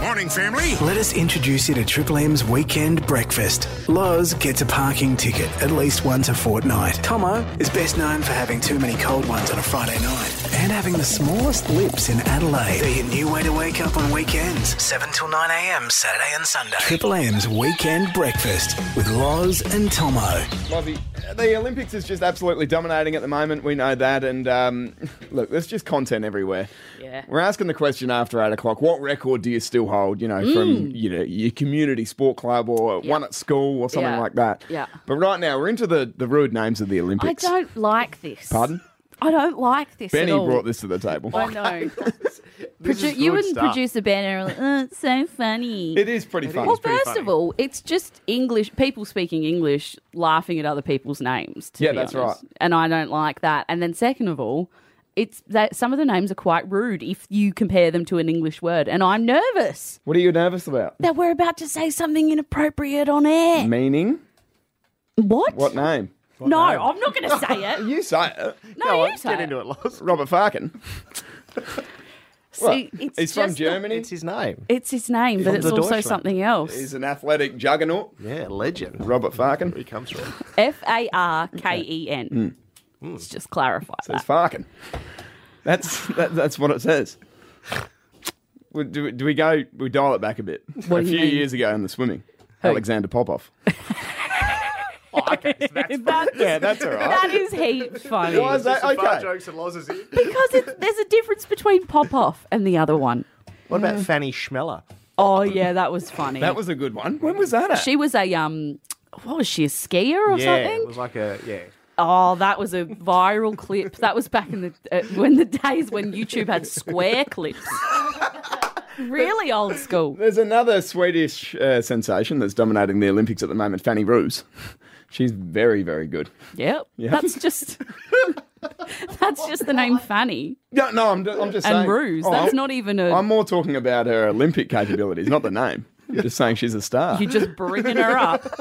Morning, family. Let us introduce you to Triple M's weekend breakfast. Loz gets a parking ticket at least once a fortnight. Tomo is best known for having too many cold ones on a Friday night and having the smallest lips in Adelaide. They're your new way to wake up on weekends, 7 till 9 a.m. Saturday and Sunday. Triple M's weekend breakfast with Loz and Tomo. Lovey, the Olympics is just absolutely dominating at the moment. We know that. And um, look, there's just content everywhere. Yeah. We're asking the question after eight o'clock what record do you still hold, you know, Mm. from you know, your community sport club or one at school or something Yeah. like that? Yeah. But right now, we're into the, the rude names of the I Olympics. don't like this. Pardon? I don't like this Benny at all. brought this to the table. I know. This is Produ- you good and stuff. producer Ben are like, oh, it's so funny. It is pretty fun. well, first of all, it's just English people speaking English, laughing at other people's names. To Yeah, be that's honest. right. And I don't like that. And then second of all, it's that some of the names are quite rude if you compare them to an English word, and I'm nervous What are you nervous about? that we're about to say something inappropriate on air. Meaning? What? What name? no, I'm not going to say it. You say uh, No, go you on. say it. it, Loz. Robert Farkin. See, it's He's just from the- Germany. his name. It's his name, but From it's the also Deutschland. something else. He's an athletic juggernaut. Yeah, legend. Robert Farkin. Where he comes from. F A R K E N. Hmm. Let's just clarify It's that. Farkin. That's that, that's what it says. We- Do, we- do we go? We dial it back a bit. What a do you few mean? years ago in the swimming, Alexander Popov. That- Yeah, that's all right. that is heaps funny. Why is that okay? jokes and Loz is in. Because it's, there's a difference between pop off and the other one. What Hmm. about Fanny Schmeller? Oh, yeah, that was funny. That was a good one. When was that? At? She was a, um, what was she, a skier or it something? was like a yeah. Oh, that was a viral clip. That was back in the, uh, when the days when YouTube had square clips. Really old school. There's another Swedish uh, sensation that's dominating the Olympics at the moment. Fanny Ruse. She's very very good. Yep. That's just, that's just the name Fanny No, no, I'm, ju- I'm just saying. and Ruse. Oh, That's I'm- not even a. I'm more talking about her Olympic capabilities, not the name. I'm just saying she's a star. You're just bringing her up.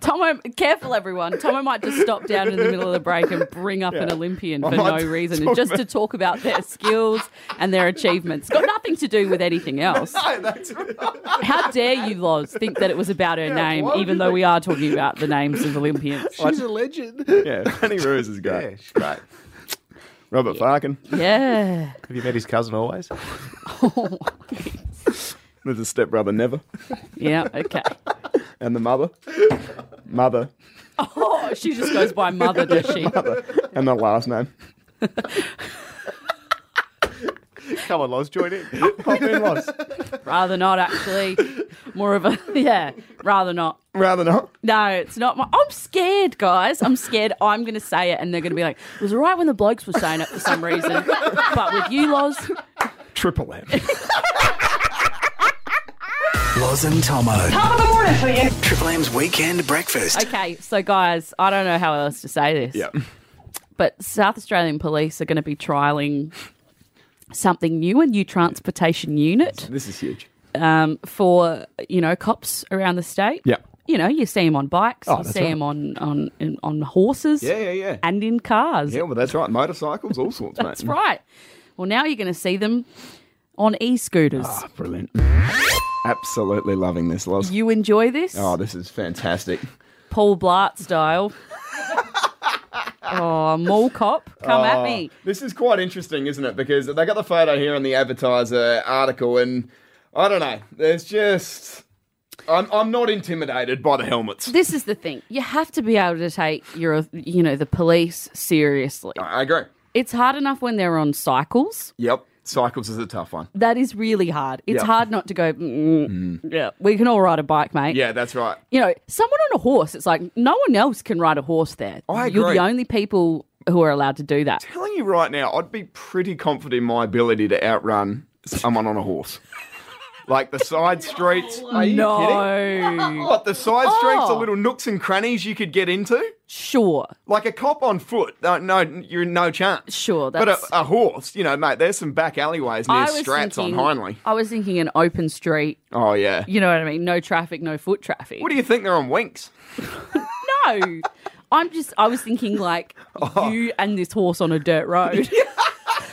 Tomo, careful everyone. Tomo might just stop down in the middle of the break and bring up an Olympian for no might reason, talk just to talk about their skills and their achievements. Got nothing to do with anything else. No, that's right. How dare you, Loz, think that it was about her name, why would even you though we are talking about the names of Olympians? She's a legend. Yeah, Fanny Ruse is great. Yeah, she's great. Robert Farkin. Yeah. Have you met his cousin always? Oh, There's a stepbrother, Never, Yeah, okay. and the mother, mother, Oh, she just goes by mother, does she? and the last name. Come on, Loz, join in. Pop in, Loz. Rather not, actually. More of a, yeah, rather not. Rather not. No, it's not my. I'm scared, guys. I'm scared. I'm going to say it, and they're going to be like, "It was all right when the blokes were saying it for some reason, but with you, Loz, Triple M. Loz and Tomo. Top of the morning for you. Triple M's weekend breakfast. okay." So, guys, I don't know how else to say this, yeah. but South Australian police are going to be trialing something new, a new transportation unit This is huge. um, for you know cops around the state. Yeah. You know, you see them on bikes, Oh, you that's see right. them on on in, on horses, Yeah, yeah, yeah. and in cars. yeah, well, that's right. Motorcycles, all sorts, mate. That's right. Well, now you're going to see them on e-scooters. Ah, brilliant. Absolutely loving this, Loz. You enjoy this? Oh, this is fantastic. Paul Blart style. oh, mall cop, come at me. This is quite interesting, isn't it? Because they got the photo here in the advertiser article, and I don't know. There's just. I'm, I'm not intimidated by the helmets. This is the thing. You have to be able to take your, you know, the police seriously. I agree. It's hard enough when they're on cycles. Yep. Cycles is a tough one. That is really hard. It's Yeah. hard not to go, mm, yeah, we can all ride a bike, mate. Yeah, that's right. You know, someone on a horse, it's like no one else can ride a horse there. I You're agree. the only people who are allowed to do that. telling you right now, I'd be pretty confident in my ability to outrun someone on a horse. Like the side streets. Are you kidding? No. What, the side streets, the Oh. little nooks and crannies you could get into? Sure. Like a cop on foot, no, no you're no chance. Sure, that's- But a, a horse, you know, mate, there's some back alleyways near Strats on Hindley. I was thinking an open street. Oh, yeah. You know what I mean? No traffic, no foot traffic. What do you think they're on Winks? no. Oh. I'm just. I was thinking like you and this horse on a dirt road.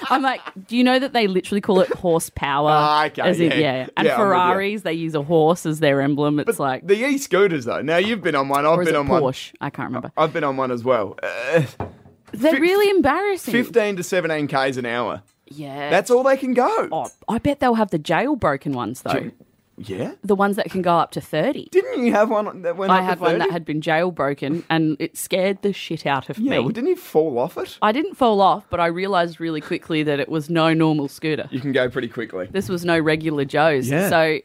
I'm like, do you know that they literally call it horsepower? Ah, okay, as in- yeah. yeah. Yeah, I'm And with you. Ferraris, they use a horse as their emblem. It's like, the e-scooters though. Now you've been on one. I've or is been it on one. Porsche? I can't remember. I've been on one as well. Uh, They're really embarrassing. Fifteen to seventeen k's an hour. Yeah. That's all they can go. Oh, I bet they'll have the jailbroken ones though. Yeah. the ones that can go up to 30. Didn't you have one that went? I up had to one 30? that had been jailbroken and it scared the shit out of Yeah. me. Well, didn't you fall off it? I didn't fall off, but I realised really quickly that it was no normal scooter. You can go pretty quickly. This was no regular Joe's. Yeah. So,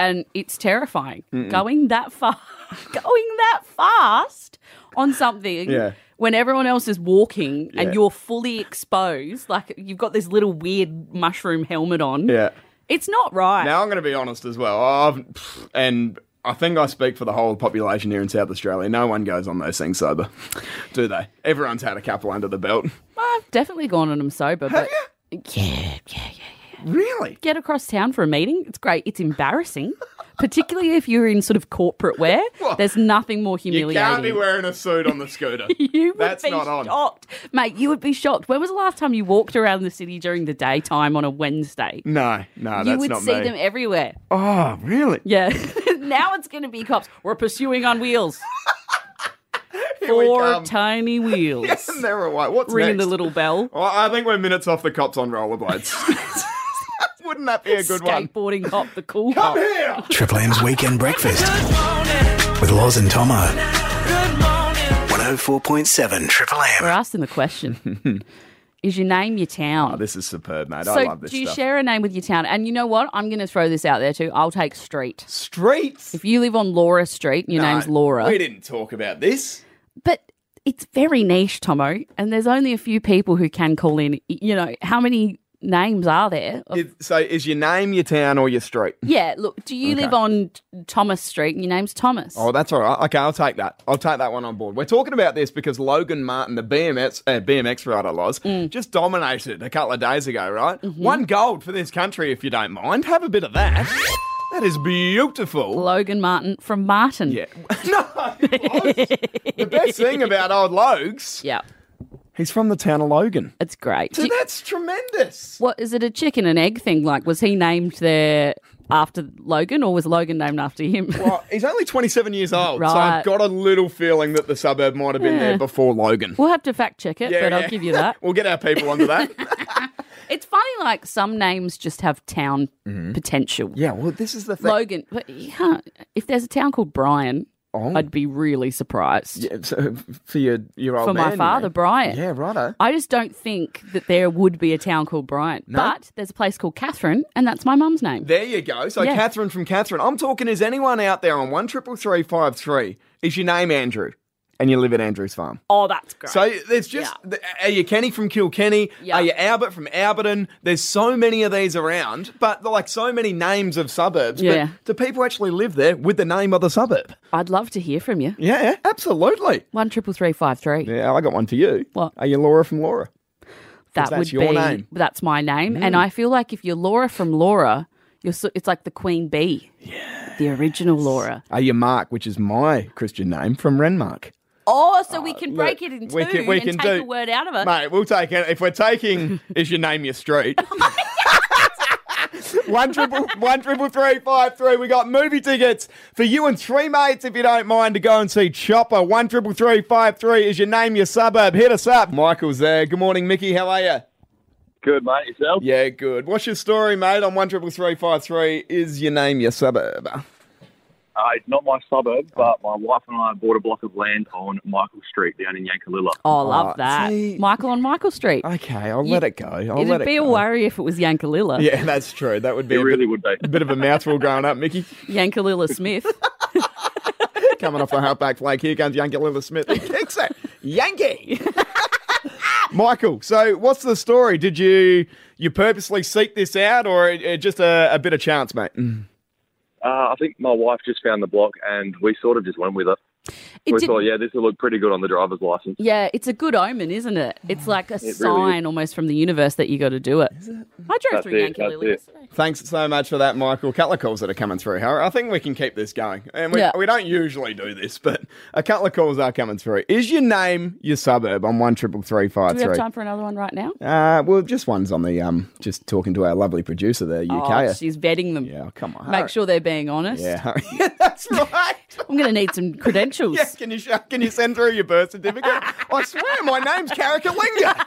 and it's terrifying going that far, going that fast on something. Yeah. When everyone else is walking Yeah. and you're fully exposed, like you've got this little weird mushroom helmet on, Yeah. it's not right. Now I'm going to be honest as well. I've, pff, and I think I speak for the whole population here in South Australia. No one goes on those things sober, do they? Everyone's had a couple under the belt. I've definitely gone on them sober, but yeah, yeah, yeah. Really? get across town for a meeting. It's great. It's embarrassing, particularly if you're in sort of corporate wear. Well, There's nothing more You can't humiliating. be wearing a suit on the scooter. You would That's be not on. shocked, mate. You would be shocked. When was the last time you walked around the city during the daytime on a Wednesday? No, no, you that's would not see me. them everywhere. Oh, really? Yeah. now it's going to be cops. We're pursuing on wheels. we Four come. tiny wheels. Yes, they're all right. What's Ringing next? Oh, the little bell. Well, I think we're minutes off the cops on rollerblades. Wouldn't that be a good one? Skateboarding cop, the cool Come cop. here. Triple M's Weekend Breakfast with Loz and Tomo. 104.7 Triple We're M. asking the question. Is your name your town? Oh, this is superb, mate. So I love this do you stuff. share a name with your town? And you know what? I'm going to throw this out there too. I'll take street. Streets. If you live on Laura Street, and your name's No, Laura, We didn't talk about this. but it's very niche, Tomo, and there's only a few people who can call in. You know, how many names are there? Of- It- so is your name your town or your street? yeah, look, do you live on T- Thomas Street and your name's Thomas? Oh, that's all right. Okay, I'll take that. I'll take that one on board. We're talking about this because Logan Martin, the BMX uh, BMX rider, Loz, Mm. just dominated a couple of days ago, right? Mm-hmm. One gold for this country, if you don't mind. Have a bit of that. That is beautiful. Logan Martin from Martin. Yeah. no. Loz, the best thing about old Logs, Yeah, he's from the town of Logan. it's great. So Do- that's tremendous. what is it a chicken and egg thing? Like, was he named there after Logan, or was Logan named after him? Well, he's only 27 years old, so I've Right. got a little feeling that the suburb might have been there Yeah. before Logan. We'll have to fact check it, Yeah, but yeah. I'll give you that. We'll get our people onto that. It's funny, like some names just have town potential. Mm-hmm. yeah, well, this is the thing. Logan, but you can't- if there's a town called Brian, I'd be really surprised Oh. Yeah, so for your, your old for man, my you father, mean. Brian. Yeah, righto. I just don't think that there would be a town called Brian. But there's a place called Catherine, and that's my mum's name. There you go. So Yeah. Catherine from Catherine. I'm talking. Is anyone out there on one triple three five three? Is your name Andrew, and you live at Andrew's farm? oh, that's great. So it's just th- are you Kenny from Kilkenny? Yeah. Are you Albert from Alberton? There's so many of these around, but like so many names of suburbs. Yeah. But do people actually live there with the name of the suburb? I'd love to hear from you. Yeah, absolutely. One triple three five three. Yeah, I got one for you. What? Are you Laura from Laura? that that's would your be name. that's my name, and I feel like if you're Laura from Laura, you're so, it's like the Queen Bee, yeah, the original Laura. Are you Mark, which is my Christian name from Renmark? Oh, so we can break Look, it in two we can- we and can take do- the word out of it. Mate, we'll take it. If we're taking, is your name your street? Oh one triple one triple three five three. We got movie tickets for you and three mates if you don't mind to go and see Chopper. One triple three five three is your name your suburb. Hit us up. Michael's there. Good morning, Mickey. How are you? Good, mate. Yourself? Yeah, good. What's your story, mate? On one triple three five three is your name your suburb. Uh, it's not my suburb, Oh. but my wife and I bought a block of land on Michael Street down in Yankalilla. Oh, I love Oh, that. see- Michael on Michael Street. Okay, I'll You- let it go. I'll It'd let it be go. a worry if it was Yankalilla. Yeah, that's true. That would be It a really bit, would be. bit of a mouthful growing up, Mickey. Yankalilla Smith. Coming off the halfback flank, here comes Yankee Lilla Smith. He kicks it. Yankee. Michael, so what's the story? Did you you purposely seek this out, or uh, just a, a bit of chance, mate? Mm. Uh, I think my wife just found the block, and we sort of just went with it. It we did- thought, yeah, this will look pretty good on the driver's license. yeah, it's a good omen, isn't it? It's like a really sign almost from the universe that you got to do it. I drove That's through it, Yankee that's Lily it. yesterday. Thanks so much for that, Michael. Cutler calls that are coming through, Harry. I think we can keep this going. And we, Yeah. we don't usually do this, but a couple of calls are coming through. Is your name your suburb on one triple three Do five we have three? time for another one right now? Uh, well, just one's on the um, just talking to our lovely producer there, UK. Oh, she's vetting them. yeah, come on, Make Harry. sure they're being honest. Yeah, Harry. Yeah, that's right. I'm going to need some credentials. yeah, can you show, can you send through your birth certificate? I swear, my name's Karakalinga.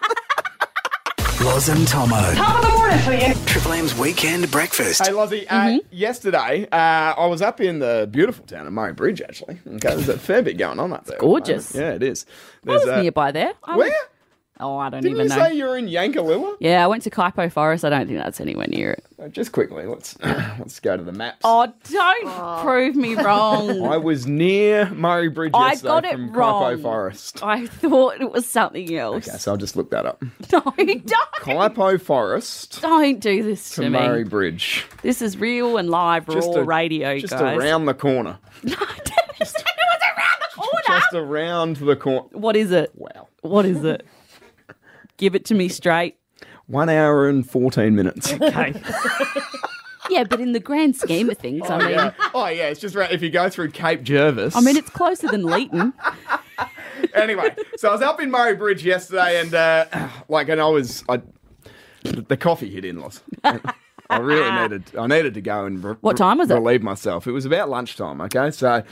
Loz and Tomo. Top of the morning for you. Triple M's Weekend Breakfast. Hey, Lozzie, Mm-hmm. uh, yesterday uh, I was up in the beautiful town of Murray Bridge, actually. Okay, there's a fair bit going on up there. at the gorgeous. moment. Yeah, it is. I was There's, uh, nearby there. I Where? went- oh, I don't Didn't even you know. say you're in Yankalilla? yeah, I went to Kaipo Forest. I don't think that's anywhere near it. Uh, Just quickly, let's let's go to the maps. Oh, don't prove me wrong. I was near Murray Bridge I yesterday got it from wrong. Kaipo Forest. I thought it was something else. Okay, so I'll just look that up. No, don't. Kaipo Forest Don't do this to, to me. Murray Bridge. This is real and live, raw a- radio, Just guys. around the corner. No, I didn't say it was around the corner. Just around the corner. What is it? Wow. What is it? Give it to me straight. One hour and 14 minutes. Okay. yeah, but in the grand scheme of things, I mean, yeah. Oh, yeah, it's just right. If you go through Cape Jervis. I mean, it's closer than Leeton. anyway, so I was up in Murray Bridge yesterday, and uh, like, and I was, I, the coffee hit in, loss. I really needed, I needed to go and re- What time was it? Mm. relieve myself. It was about lunchtime. Okay, so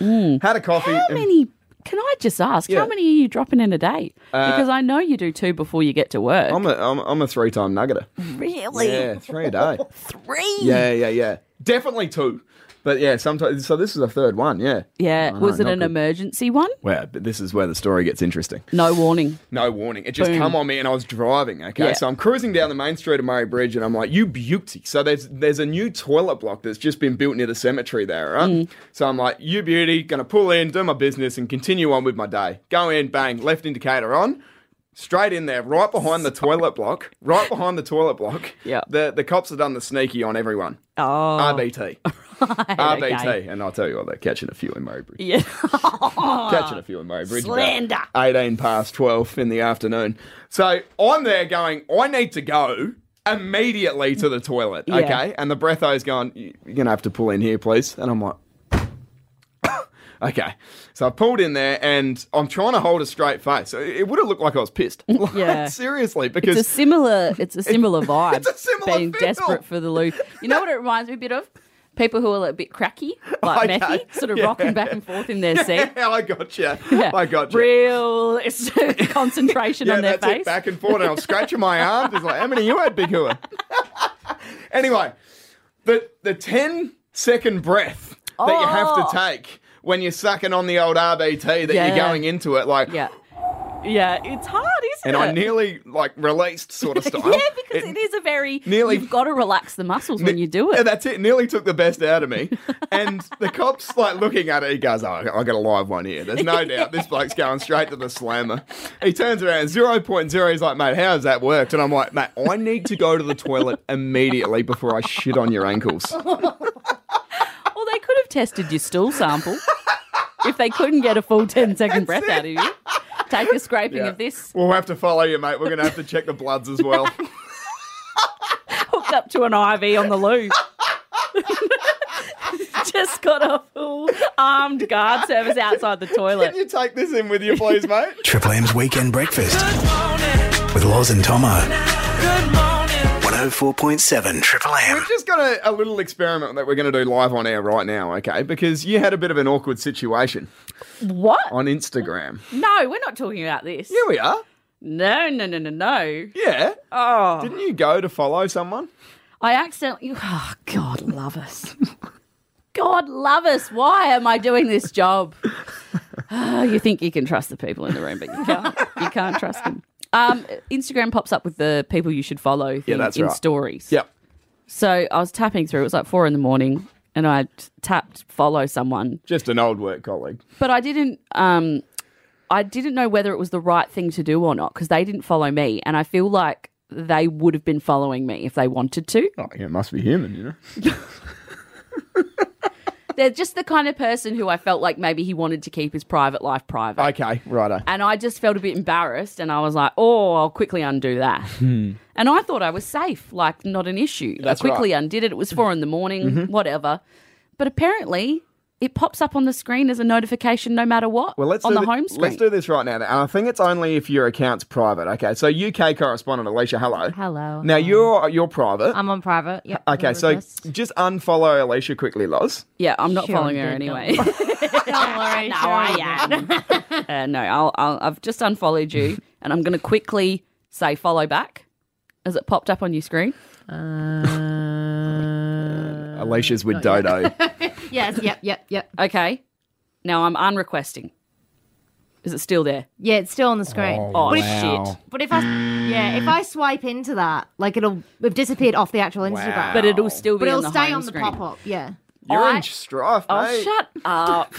had a coffee. How and- many? Can I just ask? Yeah. Uh, How many are you dropping in a day? because I know you do two before you get to work. I'm a, I'm, I'm a three-time nuggeter. really? Yeah, three a day. Three? Yeah, yeah, yeah. Definitely two. But yeah, sometimes. So this is a third one. Yeah. Yeah. I know, was it not an good. emergency one? Well, but this is where the story gets interesting. No warning. No warning. It just Boom. come on me, and I was driving. Okay, Yeah. so I'm cruising down the main street of Murray Bridge, and I'm like, "You beauty!" So there's there's a new toilet block that's just been built near the cemetery there. Right? Mm. So I'm like, "You beauty!" Gonna pull in, do my business, and continue on with my day. Go in, bang, left indicator on, straight in there, right behind the toilet block, right behind the toilet block. Yeah. The the cops have done the sneaky on everyone. Oh. RBT, RBT, okay. and I'll tell you what, they're catching a few in Murray Bridge. Yeah. Catching a few in Murray Bridge. about Oh, Slander. 18 past 12 in the afternoon. So I'm there going, I need to go immediately to the toilet. Yeah. Okay. And the breatho's going, "You- You're going to have to pull in here, please. And I'm like, Okay, so I pulled in there and I'm trying to hold a straight face. It- It would have looked like I was pissed. Like, Yeah. seriously, It's because a similar. It's a similar vibe. it's a similar Being feel. desperate for the loop. You know what it reminds me a bit of? People who are a bit cracky, like Okay. Matthew, sort of Yeah. rocking back and forth in their seat. yeah, I got you. Yeah. I got you. Real it's concentration yeah, on their that's face. It, back and forth, and I'm scratching my arms. It's like, how many you had, Big Hua? anyway, the the 10 second breath that you have to take when you're sucking on the old RBT that Oh. Yeah. you're going into it, like, Yeah. Yeah, it's hard, isn't and it? I nearly like released sort of style. Yeah, because it is a very nearly- you've got to relax the muscles when you do Yeah, it. that's it. Nearly took the best out of me. And the cops, like, looking at it, he goes, Oh, I got a live one here. There's no doubt this bloke's going straight to the slammer. He turns around, 0.0. He's like, Mate, how has that worked? And I'm like, Mate, I need to go to the toilet immediately before I shit on your Oh, ankles. Or they could have tested your stool sample if they couldn't get a full 10 second breath out of you. Take a scraping Yeah. of this, We'll have to follow you, mate. We're going to have to check the bloods as well. hooked up to an IV on the loo. Just got a full armed guard service outside the toilet. Can you take this in with you, please, mate? Triple M's Weekend Breakfast. With Loz and Tomo. 104.7 Triple M. We've just got a, a little experiment that we're going to do live on air right now, okay? Because you had a bit of an awkward situation What? on Instagram. No, we're not talking about this. Here we are. No, no, no, no, no. Yeah. Oh. Didn't you go to follow someone? I accidentally. Oh, God love us. God love us. Why am I doing this job? Ah, you think you can trust the people in the room, but you can't. You can't trust them. Um, Instagram pops up with the people you should follow thing that's in right. stories. Yep. So I was tapping through. It was like four in the morning, and I t- tapped follow someone, Just an old work colleague. but I didn't. Um, I didn't know whether it was the right thing to do or not because they didn't follow me, and I feel like they would have been following me if they wanted to. Oh, yeah, it must be human, you know. They're just the kind of person who I felt like maybe he wanted to keep his private life private. Okay, righto. and I just felt a bit embarrassed and I was like, oh, I'll quickly undo that. and I thought I was safe, like not an issue. Hmm. That's I quickly right. Mm-hmm. undid it. It was four in the morning, whatever. But apparently it pops up on the screen as a notification no matter what Well, let's on do thi- the home screen. Let's do this right now, and I think it's only if your account's private. Okay, so UK correspondent Alicia, hello. Hello. Now you're you're private. I'm on private. Yep, okay, remember so this. just unfollow Alicia quickly, Loz. yeah, I'm not Sure, following her good, anyway. don't worry. No, sure, I yeah. uh, no, I'll, I'll, I've just unfollowed you, and I'm going to quickly say follow back as it popped up on your screen. Uh, Alicia's with Dodo. Yes. Yep. Yep. Yep. Okay. Now I'm unrequesting. Is it still there? Yeah, it's still on the screen. Oh, But if- shit. But if I, yeah, if I swipe into that, like it'll have disappeared off the actual Instagram. But it'll still be But it'll on the stay home on the screen. pop up. Yeah. You're I- in strife, Oh, mate. shut up.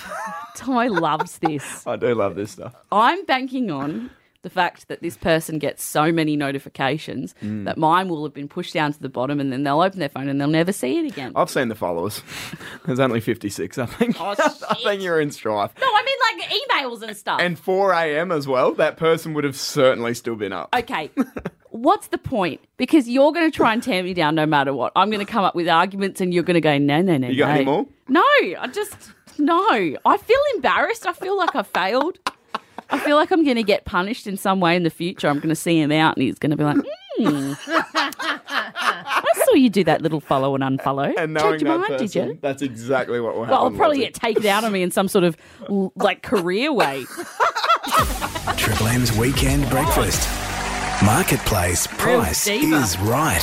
Ty loves this. I do love this stuff. I'm banking on the fact that this person gets so many notifications that mine will have been pushed down to the bottom and then they'll open their phone and they'll never see it again. I've seen the followers. There's only 56, I think. Oh, I think you're in strife. no, I mean like emails and stuff. And 4 a.m. as well, that person would have certainly still been up. okay, what's the point? Because you're going to try and tear me down no matter what. I'm going to come up with arguments and you're going to go, no, no, no. You got no. any more? No, I just, no. I feel embarrassed. I feel like I failed. I feel like I'm going to get punished in some way in the future. I'm going to see him out and he's going to be like, hmm. I saw you do that little follow and unfollow. And knowing Changed your that mind, person, did you? that's exactly what will happen. Well, I'll probably Lottie. get taken out of me in some sort of l- like career way. Triple M's Weekend Breakfast. Marketplace price diva. is right.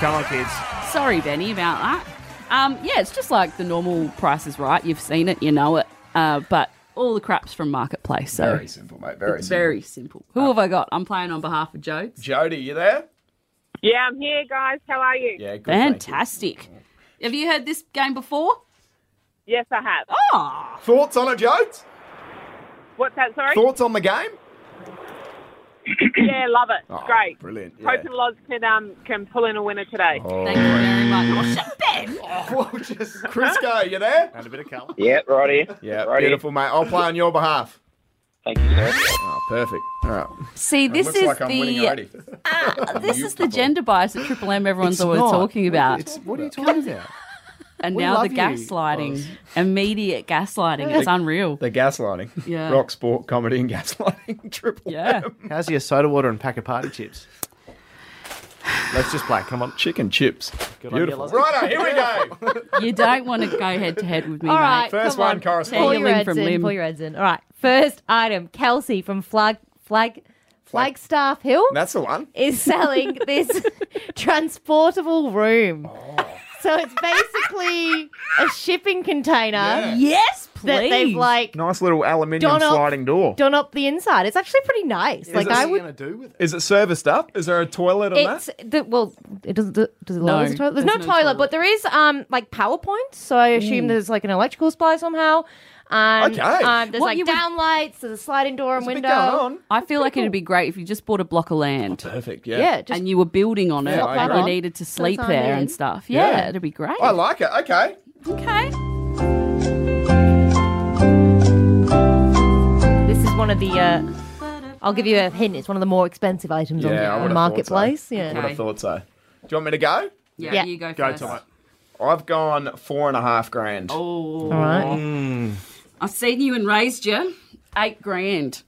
Come on, kids. Sorry, Benny, about that. Um, yeah, it's just like the normal Price is Right. You've seen it, you know it. Uh, but all the crap's from Marketplace. So Very simple, mate. Very it's simple. very simple. Who have I got? I'm playing on behalf of Jodes. Jody, you there? Yeah, I'm here, guys. How are you? Yeah, good. thank you. Fantastic. Have you heard this game before? Yes, I have. Oh, Thoughts on it, Jodes? What's that? Sorry. Thoughts on the game? yeah, love it. Oh, Great. Brilliant. Yeah. Oh. Hoping Loz can um can pull in a winner today. thank you very much. Oh, shut Ben. Well, just- Crisco, you there? And a bit of colour. Yeah, right here. Yeah, Righty. beautiful, mate. I'll play on your behalf. Thank you, sir. Oh, perfect. All right. See, this Looks is like I'm winning the uh, already. this is the gender bias at Triple M everyone's always talking about, what are you talking about? and we now the love you, gaslighting, Oz. immediate gaslighting. It's unreal. The gaslighting. Yeah. Rock, sport, comedy, and gaslighting. Triple. Yeah. How's your soda water and pack of party chips? Let's just play. Come on. Chicken chips. Beautiful. Lozzie. Righto, here we go. You don't want to go head to head with me, All mate. right. First come one, on. correspondent. Pull Take your limb heads from in. limb. Pull your heads in. All right. First item: Kelsey from Flag Flag Flagstaff Hill That's the one. is selling this transportable room. Oh. So it's basically a shipping container Yes, please. that they've like Nice little aluminium Don't know- sliding door. done up the inside. It's actually pretty nice. like What's I he would. gonna do with it? Is it serviced up? Is there a toilet on It's the, well, it doesn't do- does it No, no, there's a toilet? There's, there's no, no toilet, toilet. but there is um like power points. So I assume there's like an electrical supply somehow. Um, Mm. Okay. um, there's What you like would- downlights. There's a sliding door and that? What's window. going on? I feel like it'd be great if you just bought a block of land Perfect. Yeah, just and you were building on it Yeah, I and agree. you needed to sleep on there in. and stuff. Yeah, Yeah. it'd be great. I like it. Okay. okay. This is one of the. Uh, I'll give you a hint. It's one of the more expensive items on Yeah, I the- on would've the marketplace. thought Yeah. Would have thought so. Do you want me to go? Yeah, Yeah. you go, Go, first. Tom. I've gone four and a half grand. Oh, All right. I've seen you and raised you. Eight grand.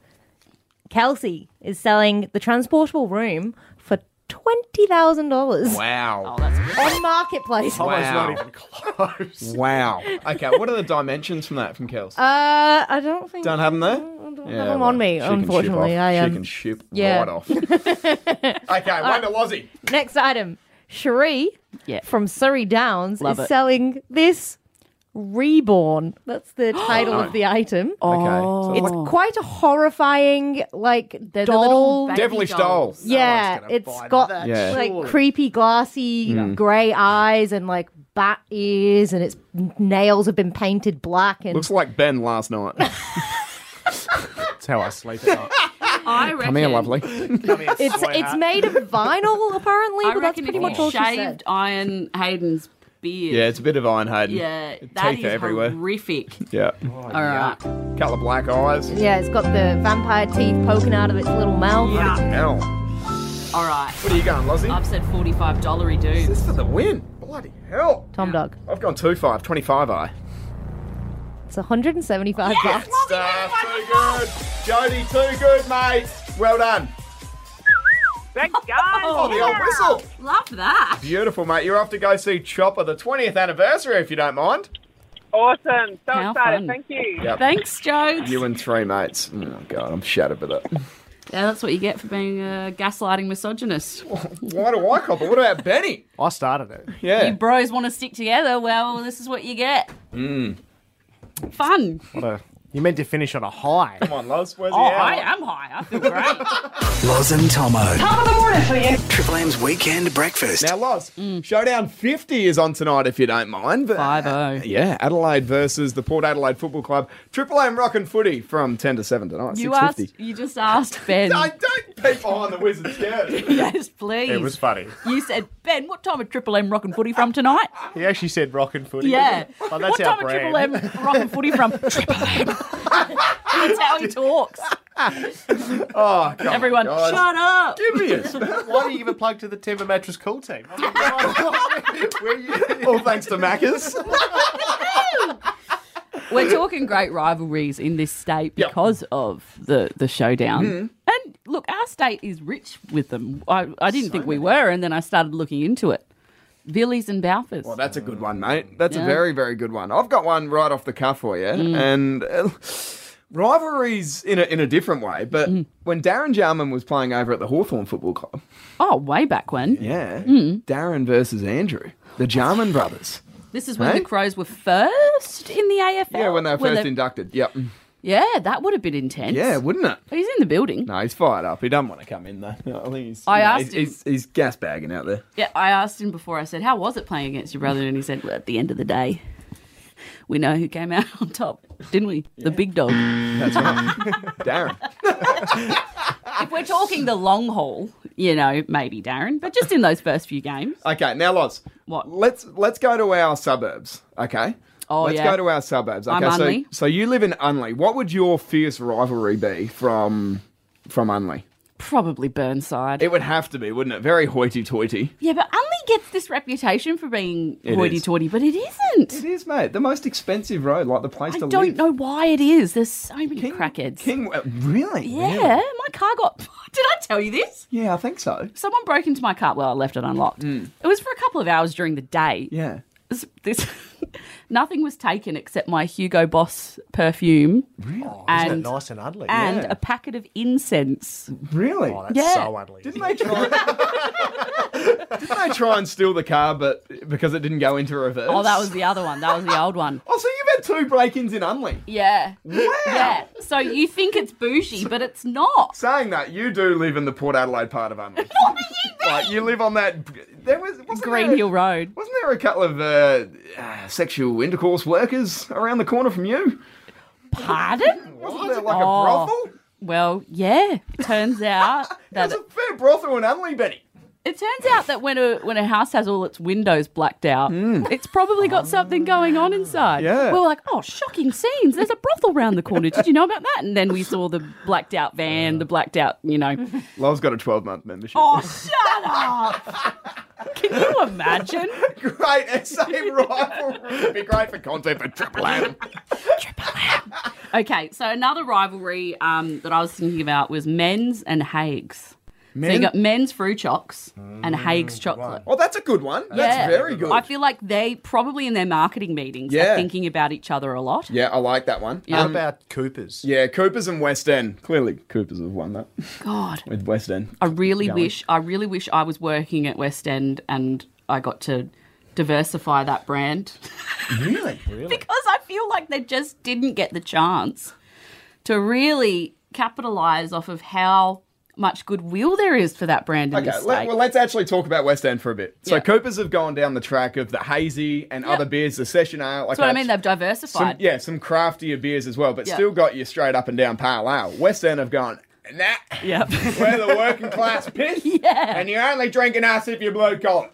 Kelsey is selling the transportable room for twenty thousand dollars Wow. Oh, That's good. on marketplace. Almost Wow. not even close. Wow. Okay, what are the dimensions from that from Kels? Uh, I don't think. Don't have them there? don't Yeah, have them well, on me, she can ship unfortunately. off- I She um, can ship yeah. right off. okay, one to Lozzie. Next item, Cherie Yeah. from Surrey Downs Love is it. selling this reborn. That's the title of the item. Okay. It's Oh. quite a horrifying, like doll. baby Definitely dolls. stole. yeah, gonna it's buy got that, Yeah. like creepy, glassy, grey eyes and like bat ears, and its nails have been painted black. And Looks like Ben last night. That's how I sleep at night. I reckon, Come here, lovely. Come here, it's sweetheart. it's made of vinyl apparently, I but that's reckon pretty if much you all she shaved said. Iron Hayden's beard. Yeah, it's a bit of Ironhide. Yeah, Teeth that is everywhere. horrific. Yeah. All right. Couple of black eyes. Yeah, it's got the vampire teeth poking out of its little mouth. Hell. All right. What are you going, Lozzie? I've said forty-five dollary Is dudes. this for the win? Bloody hell. Tom Dog. I've gone 2 5, 25 I. It's 175 bucks. Stuff too good. Jody, too good, mate. Well done. Thanks, guys. Oh, the old whistle. Love that. Beautiful, mate. You're off to go see Chopper, the 20th anniversary, if you don't mind. Awesome. So How excited. fun. Thank you. Yep. Thanks, Jodes. You and three mates. Oh my god, I'm shattered with it. yeah, that's what you get for being a gaslighting misogynist. Why do I cop it? What about Benny? I started it. Yeah. You bros want to stick together. Well, this is what you get. Hmm. Fun. What a, you meant to finish on a high. Come on, Loz. Where's Oh, the I hour? am high. I feel great. Loz and Tomo. Top of the morning for you. Triple M's Weekend Breakfast. Now, Loz, Showdown 50 is on tonight, if you don't mind. But, Mm. Five oh. yeah, Adelaide versus the Port Adelaide Football Club. Triple M rockin' footy from 10 to 7 tonight. You 6.50. asked. You just asked Ben. Don't, don't peek behind the wizard's curtain. yes, please. It was funny. You said, Ben, what time are Triple M rocking footy from tonight? He actually said rock and footy. Yeah. Like, what that's our time are brand. Triple M rocking footy from? Triple M. That's how he talks. Oh, come Everyone, guys. shut up. Give me it. Why do you give a plug to the Timber Mattress Cool Team? Oh Where you? All thanks to Macca's. We're talking great rivalries in this state Yep. Mm-hmm. because of the the showdown. And look, our state is rich with them. I, I didn't think we were, and then I started looking into it. Villies and Balfours. Well, Oh, that's a good one, mate. That's a Yeah. Mm. very, very good one. I've got one right off the cuff for you, and uh, rivalries in a, in a different way. But Mm. when Darren Jarman was playing over at the Hawthorn Football Club, oh, way back when. yeah, Darren versus Andrew, the Jarman brothers. This is when Hey? the Crows were first in the AFL. Yeah, when they were Were first they- inducted. Yep. Yeah, that would have been intense. Oh, Yeah, wouldn't it? He's in the building. No, he's fired up. He doesn't want to come in though. No, I think he's. I you know, asked he's, him- He's, he's gas bagging out there. Yeah, I asked him before. I said, "How was it playing against your brother?" And he said, well, "At the end of the day, we know who came out on top, didn't we? The big dog." That's right, Darren. if we're talking the long haul, you know, maybe Darren, but just in those first few games, Okay, now Loz. What? Let's let's go to our suburbs. Okay. Oh, let's yeah. go to our suburbs. Okay, I'm so Unley. so you live in Unley. What would your fierce rivalry be from from Unley? probably Burnside. It would have to be, wouldn't it? Very hoity-toity. yeah, but only gets this reputation for being It is. hoity-toity, but it isn't. It is, mate. The most expensive road, like the place I to don't live. know why it is. There's so many King, crackheads. King, uh, really? yeah, my car got. Did I tell you this? Yeah, I think so. Someone broke into my car. Well, I left it unlocked. It was for a couple of hours during the day. Hmm. Yeah. This, this nothing was taken except my Hugo Boss perfume Really? Oh, Isn't and it nice and ugly? and Yeah. a packet of incense. Really? Oh, that's Yeah. so ugly. Didn't they try? didn't they try and steal the car, but because it didn't go into reverse? Oh, that was the other one. That was the old one. Oh, so you've had two break-ins in Unley. Yeah. Yeah. So you think it's bougie, but it's not. Saying that, you do live in the Port Adelaide part of Unley. Like you live on that. There was wasn't Green there, Hill Road. Wasn't there a couple of uh, uh, sexual intercourse workers around the corner from you? Pardon? Wasn't there like Oh. a brothel? Well, yeah. It turns out that There's it, a fair brothel in Unley, Benny. it turns out that when a when a house has all its windows blacked out, it's probably got something going on inside. Hmm. Yeah. We were like, oh, shocking scenes. There's a brothel round the corner. Did you know about that? And then we saw the blacked out van, the blacked out, you know. Love's got a 12-month membership. Oh, shut up! Can you imagine? Great SA rivalry. It'd be great for content for Triple M. Okay, so another rivalry um, that I was thinking about was men's and Hague's. So you got men's fruit chocks and Hague's chocolate. Oh, that's a good one. Yeah. Mm, That's very good. I feel like they probably in their marketing meetings Yeah. are thinking about each other a lot. yeah, I like that one. What about Coopers? Yeah, Coopers and West End. Clearly, Coopers have won that God, with West End. I really wish I really wish I was working at West End and I got to diversify that brand Really? because I feel like they just didn't get the chance to really capitalize off of how much goodwill there is for that brand in Okay, this let, state. well, let's actually talk about West End for a bit. So, Yeah. Coopers have gone down the track of the hazy and Yep. other beers, the session ale. uh, That's what I mean. They've diversified. some, yeah, some craftier beers as well, but Yeah. still got you straight up and down pale ale. West End have gone, nah, Yep. we're the working class piss, Yeah. and you're only drinking us if you're blue collar.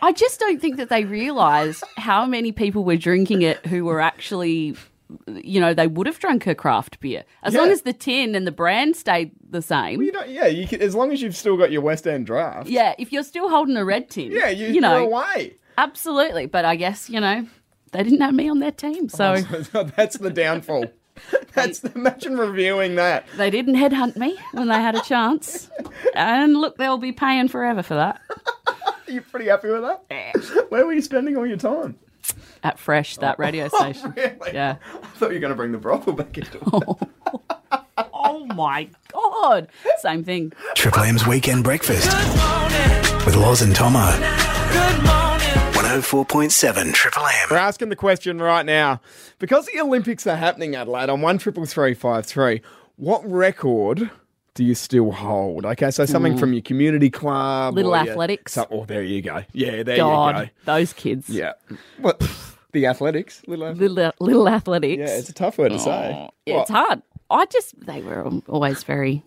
I just don't think that they realised how many people were drinking it who were actually, you know, they would have drunk her craft beer as long Yeah. as the tin and the brand stayed the same. You don't, yeah, you can, as long as you've still got your West End draft. yeah, if you're still holding a red tin, Yeah, you, you know, you're away. absolutely. But I guess you know they didn't have me on their team, so That's the downfall. That's imagine reviewing that. they didn't headhunt me when they had a chance. and look, they'll be paying forever for that Are you pretty happy with that? Where were you spending all your time? at Fresh, that radio station. Oh, Really? Yeah. I thought you were going to bring the brothel back into it. Oh my god, same thing. Triple M's Weekend Breakfast with Loz and Tomo. 104.7 Triple We're M. asking the question right now because the Olympics are happening, Adelaide, on one triple three five three. What record do you still hold? Okay, so something from your community club, Little or your- athletics. so- oh, there you go. Yeah, there you God, go. those kids. Yeah. What? The athletics, little. Athletics. Little, little athletics. Yeah, it's a tough word to say. Yeah, it's What? hard. I just they were al- always very.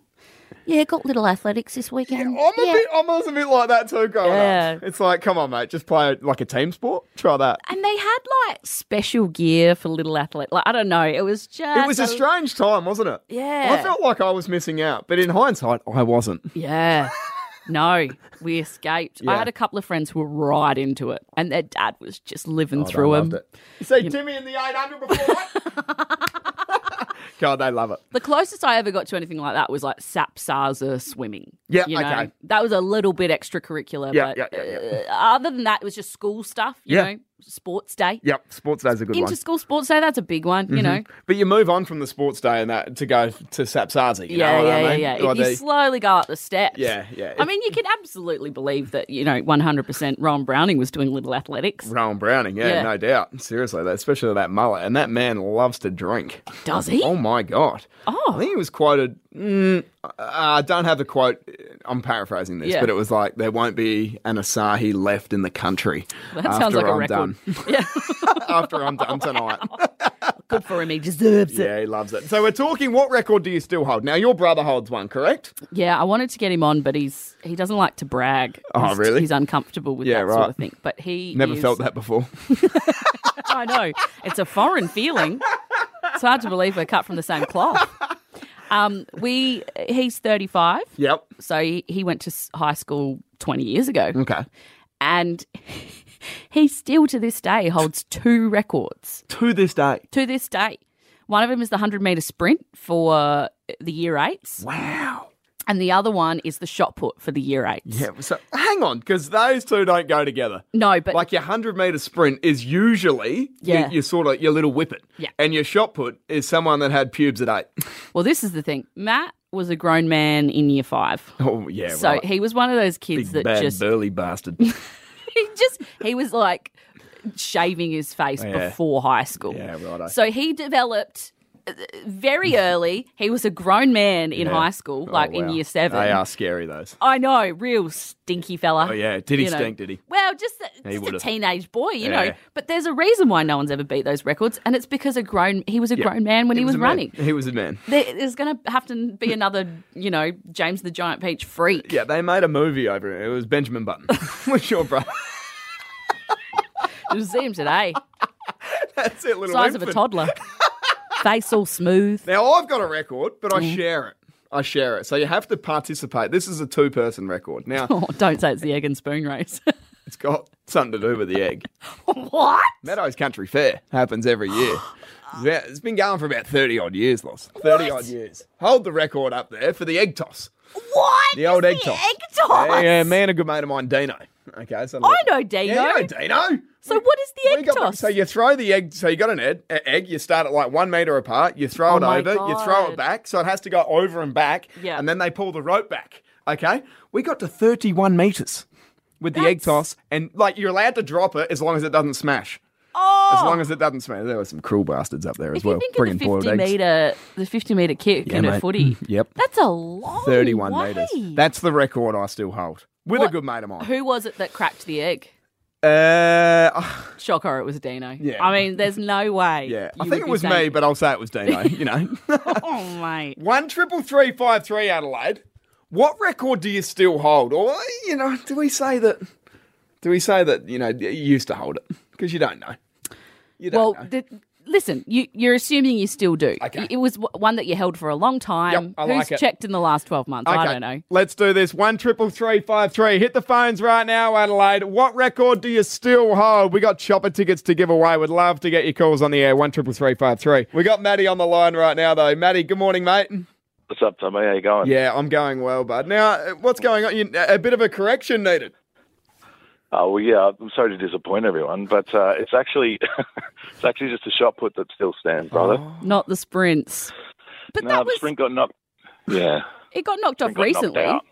Yeah, got little athletics this weekend. I'm a bit. I'm always a bit like that too. Growing Yeah. up, it's like, come on, mate, just play like a team sport. Try that. And they had like special gear for little athlete. Like I don't know, it was just It was a strange time, wasn't it? Yeah. I felt like I was missing out, but in hindsight, I wasn't. Yeah. No, we escaped. I Yeah. had a couple of friends who were right into it, and their dad was just living through I them. Oh, loved it. You see Timmy in the 800 before that? God, they love it. The closest I ever got to anything like that was like Sapsaza swimming. Yeah, you know? okay. That was a little bit extracurricular. Yeah, but yeah, yeah, Uh, other than that, it was just school stuff, you Yeah. know, sports day. Yep, sports day's a good Inter one. Mm-hmm. school sports day, that's a big one, you know. But you move on from the sports day and that to go to Sapsazi. You Yeah, know what yeah, I yeah, mean? yeah. Or If you the- slowly go up the steps. Yeah, yeah. I mean, you can absolutely believe that, you know, 100% Ron Browning was doing little athletics. Rowan Browning, yeah, Yeah. no doubt. Seriously, that, especially that mullet. And that man loves to drink. Does he? Oh, my God. I Oh, think he was quoted. Mm, uh, I don't have the quote. I'm paraphrasing this, Yeah. but it was like, there won't be an Asahi left in the country. that after sounds like a I'm record. done. Yeah. after I'm done tonight. Good for him. He deserves it. Yeah, he loves it. So we're talking. What record do you still hold? Now your brother holds one, correct? Yeah, I wanted to get him on, but he's he doesn't like to brag. Oh, He's- really? He's uncomfortable with Yeah, that sort right. of thing. But he Never is- felt that before. I know it's a foreign feeling. It's hard to believe we're cut from the same cloth. Um, we he's thirty five, yep. so he, he went to s- high school twenty years ago, Okay. and he still to this day holds two records. To this day. to this day. One of them is the 100 meter sprint for the year eights. Wow. And the other one is the shot put for the year eights. Yeah. So hang on, because those two don't go together. No, but Like your hundred meter sprint is usually Yeah. your, your sort of your little whippet. Yeah. And your shot put is someone that had pubes at eight. well, this is the thing. Matt was a grown man in year five. Oh yeah. So right. he was one of those kids Big that bad just burly bastard. he just he was like shaving his face Yeah. before high school. Yeah, righto. So he developed uh, very early. He was a grown man in Yeah. high school, Oh, like in wow. year seven. They are scary those. I know, real stinky fella. Oh yeah. Did he you know. stink? Did he? Well, just, a, He just a would've. teenage boy, you Yeah. know. But there's a reason why no one's ever beat those records, and it's because a grown he was a grown man when he, was, a man. running. He was a man. There, there's going to have to be another, you know, James the Giant Peach freak. Yeah, they made a movie over it. It was Benjamin Button. was your brother? You see him today, That's it, little size of a infant. toddler, face all smooth. Now I've got a record, but I Mm. share it. I share it. So you have to participate. This is a two person record. Now Oh, don't say it's the egg and spoon race. it's got something to do with the egg. what? Meadows Country Fair happens every year. Yeah, it's been going for about 30 odd years, Loss. 30 odd years. Hold the record up there for the egg toss. What? The old egg toss. Egg toss. Yeah, yeah, man, a good mate of mine, Dino. Okay, so I know Dino. Yeah, you know Dino. So what is the We egg got- toss? So you throw the egg. So you got an egg, a- egg. You start at like one meter apart. You throw Oh it my over. You throw God. it back. So it has to go over and back. Yeah. And then they pull the rope back. Okay. We got to thirty-one meters with the egg That's- toss, and like you're allowed to drop it as long as it doesn't smash. oh, As long as it doesn't smash. There were some cruel bastards up there as if well, you think bringing of the boiled 50 eggs. meter, the 50 meter kick Yeah, in a mate. footy, Yep. that's a long Thirty-one way. meters. That's the record I still hold with a What- good mate of mine. Who was it that cracked the egg? Uh, Shocker, it was Dino. Yeah. I mean, there's no way. yeah, you I would think it be was me, saying- but I'll say it was Dino. You know. Oh, mate. One triple three five three Adelaide. What record do you still hold? Or you know, do we say that Do we say that, you know, you used to hold it? Because you don't know. You don't Well, know. the, listen, you, you're assuming you still do. Okay. It was w- one that you held for a long time. Yep, I Who's like it. checked in the last 12 months? I don't know. Let's do this. One triple three five three. Hit the phones right now, Adelaide. What record do you still hold? We got chopper tickets to give away. Would love to get your calls on the air. One triple three five three. We got Maddie on the line right now, though. Maddie, good morning, mate. What's up, Tommy? How you going? Yeah, I'm going well, bud. Now, uh, what's going on? You, a bit of a correction needed. Oh well, yeah. I'm sorry to disappoint everyone, but uh, it's actually it's actually just a shot put that still stands, brother. Oh. Not the sprints. But no, that the was, sprint got knocked. Yeah, it got knocked off got knocked recently. out.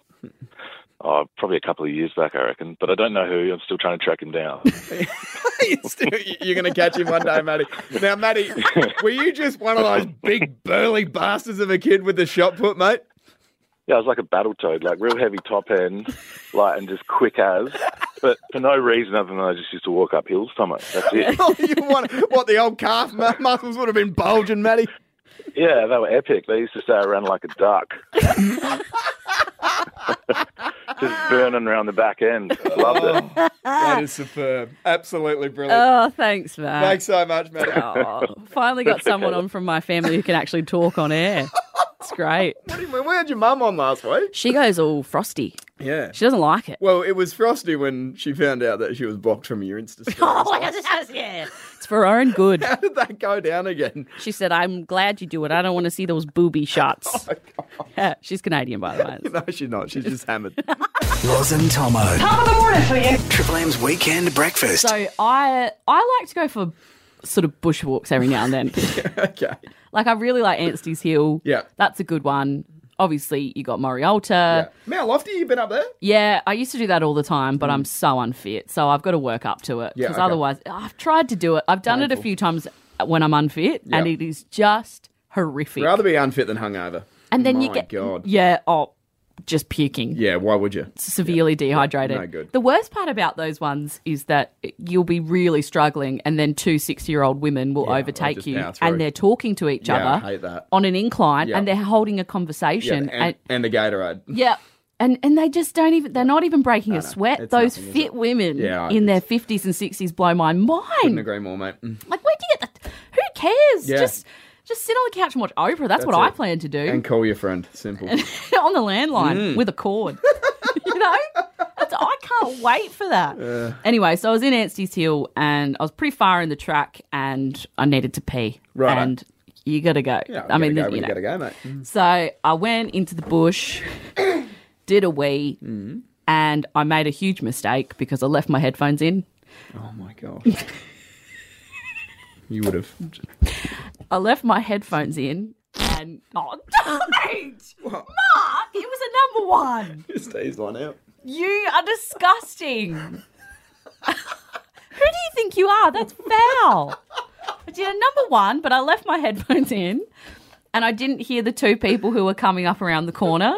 Oh, probably a couple of years back, I reckon. But I don't know who. I'm still trying to track him down. You're still- You're going to catch him one day, Maddie. Now, Maddie, were you just one of those big burly bastards of a kid with the shot put, mate? yeah, I was like a battle toad, like real heavy top end, like and just quick as, but for no reason other than I just used to walk up hills, Tommy. That's it. Oh, you want what the old calf mu- muscles would have been bulging, Matty? yeah, they were epic. They used to stay around like a duck. just burning around the back end. I loved it. That is superb. Absolutely brilliant. Ah. Oh, thanks, Matt. Thanks so much, Matty. Oh, finally got someone on from my family who can actually talk on air. It's great. we had your mum on last week. She goes all frosty. Yeah. She doesn't like it. Well, it was Frosty when she found out that she was blocked from your Insta stories. yeah. It's for her own good. How did that go down again? She said, I'm glad you do it. I don't want to see those booby Oh shots. Yeah, She's Canadian, by the way. No, she's not. She's just hammered. Loz and Tomo. Top of the morning for you. Triple M's Weekend Breakfast. So I I like to go for sort of bushwalks every now and then. Uh, okay. Like I really like Anstey's Hill. Yeah. That's a good one. Obviously, you got Morialta. Yeah. Yeah. Mal Lofty, you been up there? I used to do that all the time, but I'm so unfit. So I've got to work up to it. Mm. Yeah, Because okay. otherwise, I've tried to do it. I've done it a few times when I'm unfit, and Yeah. it is just horrific. Rather be unfit than hungover. and then My you get. God. Yeah. Oh, just puking. Yeah, why would you? severely dehydrated. no good. The worst part about those ones is that you'll be really struggling, and then two six-year-old women will they'll overtake just you, power through. and they're talking to each Yeah, I other hate that. on an incline, Yeah. and they're holding a Yeah, conversation, and, and, and, the Gatorade. yeah. And, and they just don't even, they're not even breaking a sweat. it's Those nothing, is fit women Yeah, I- in their 50s and 60s blow my mind. Couldn't agree more, mate. Mm. Like, where do you get that? Who cares? Yeah. Just just sit on the couch and watch Oprah. That's, what it. I plan to do And call your friend. Simple. on the Mm. landline with a cord. you know? That's, I can't wait for that. Anyway, so I was in Anstey's Hill and I was pretty far in the track and I needed to pee. Right. And you gotta go. Yeah, I mean, go, the- we you know. gotta go, mate. Mm. So I went into the bush, did a wee, Mm. and I made a huge mistake because I left my headphones in. Oh my god. you would have. I left my headphones in and oh don't Mark, it was a number one. Just teased one out. You are disgusting. Who do you think you are? That's foul. I did a number one, but I left my headphones in and I didn't hear the two people who were coming up around the corner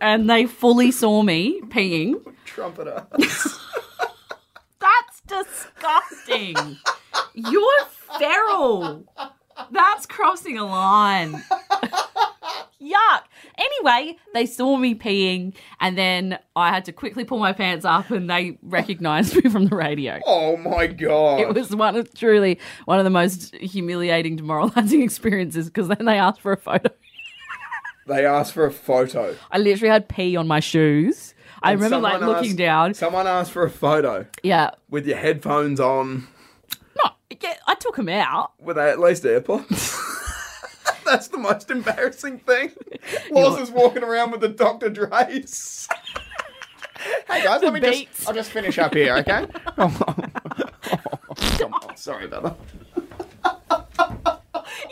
and they fully saw me peeing. Trumpeter. That's disgusting. You're feral. That's crossing a line. Yuck. Anyway, they saw me peeing, and then I had to quickly pull my pants up, and they recognized me from the radio. oh my god. It was one of truly one of the most humiliating, demoralizing experiences because then they asked for a photo. They asked for a photo. I literally had pee on my shoes. I And remember like someone looking asked- down. Someone asked for a photo Yeah. with your headphones on. No, yeah, I took him out. Were they at least AirPods? That's the most embarrassing thing. Loz is walking around with the Dr. Dre's. Hey guys, let me beats. just. I'll just finish up here, okay? oh, sorry about that.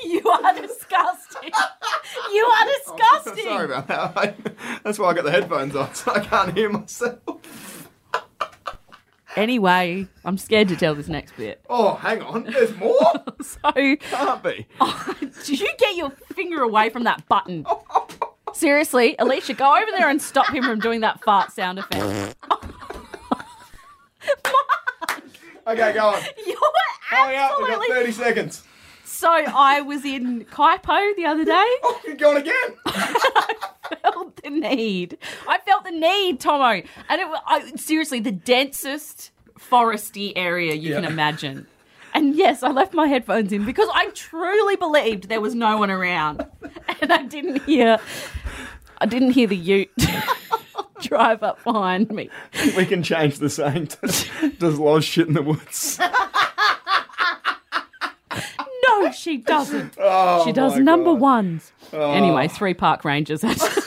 You are disgusting. You are disgusting. Oh, Sorry about that. that's why I got the headphones on, so I can't hear myself. Anyway, I'm scared to tell this next bit. Oh, hang on. There's more? So, do can't be. you get your finger away from that button? Seriously, Alicia, go over there and stop him from doing that fart sound effect. Okay, go on. You're Hurry up. We've Oh, got absolutely. 30 seconds. So I was in Kaipo the other day. Oh, you're going again. felt the need. I felt the need, Tomo. And it was I, seriously the densest foresty area you can imagine. And yes, I left my headphones in because I truly believed there was no one around, and I didn't hear. I didn't hear the Ute drive up behind me. We can change the saying. To, Does Loz shit in the woods? No, she doesn't. she does Oh my number God. Oh. ones. Anyway, three park rangers had to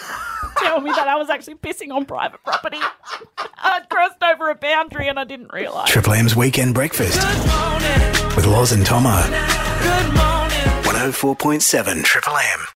tell me that I was actually pissing on private property. I'd crossed over a boundary and I didn't realise. Triple M's Weekend Breakfast. oh With Loz and Tomo. 104.7 Triple M.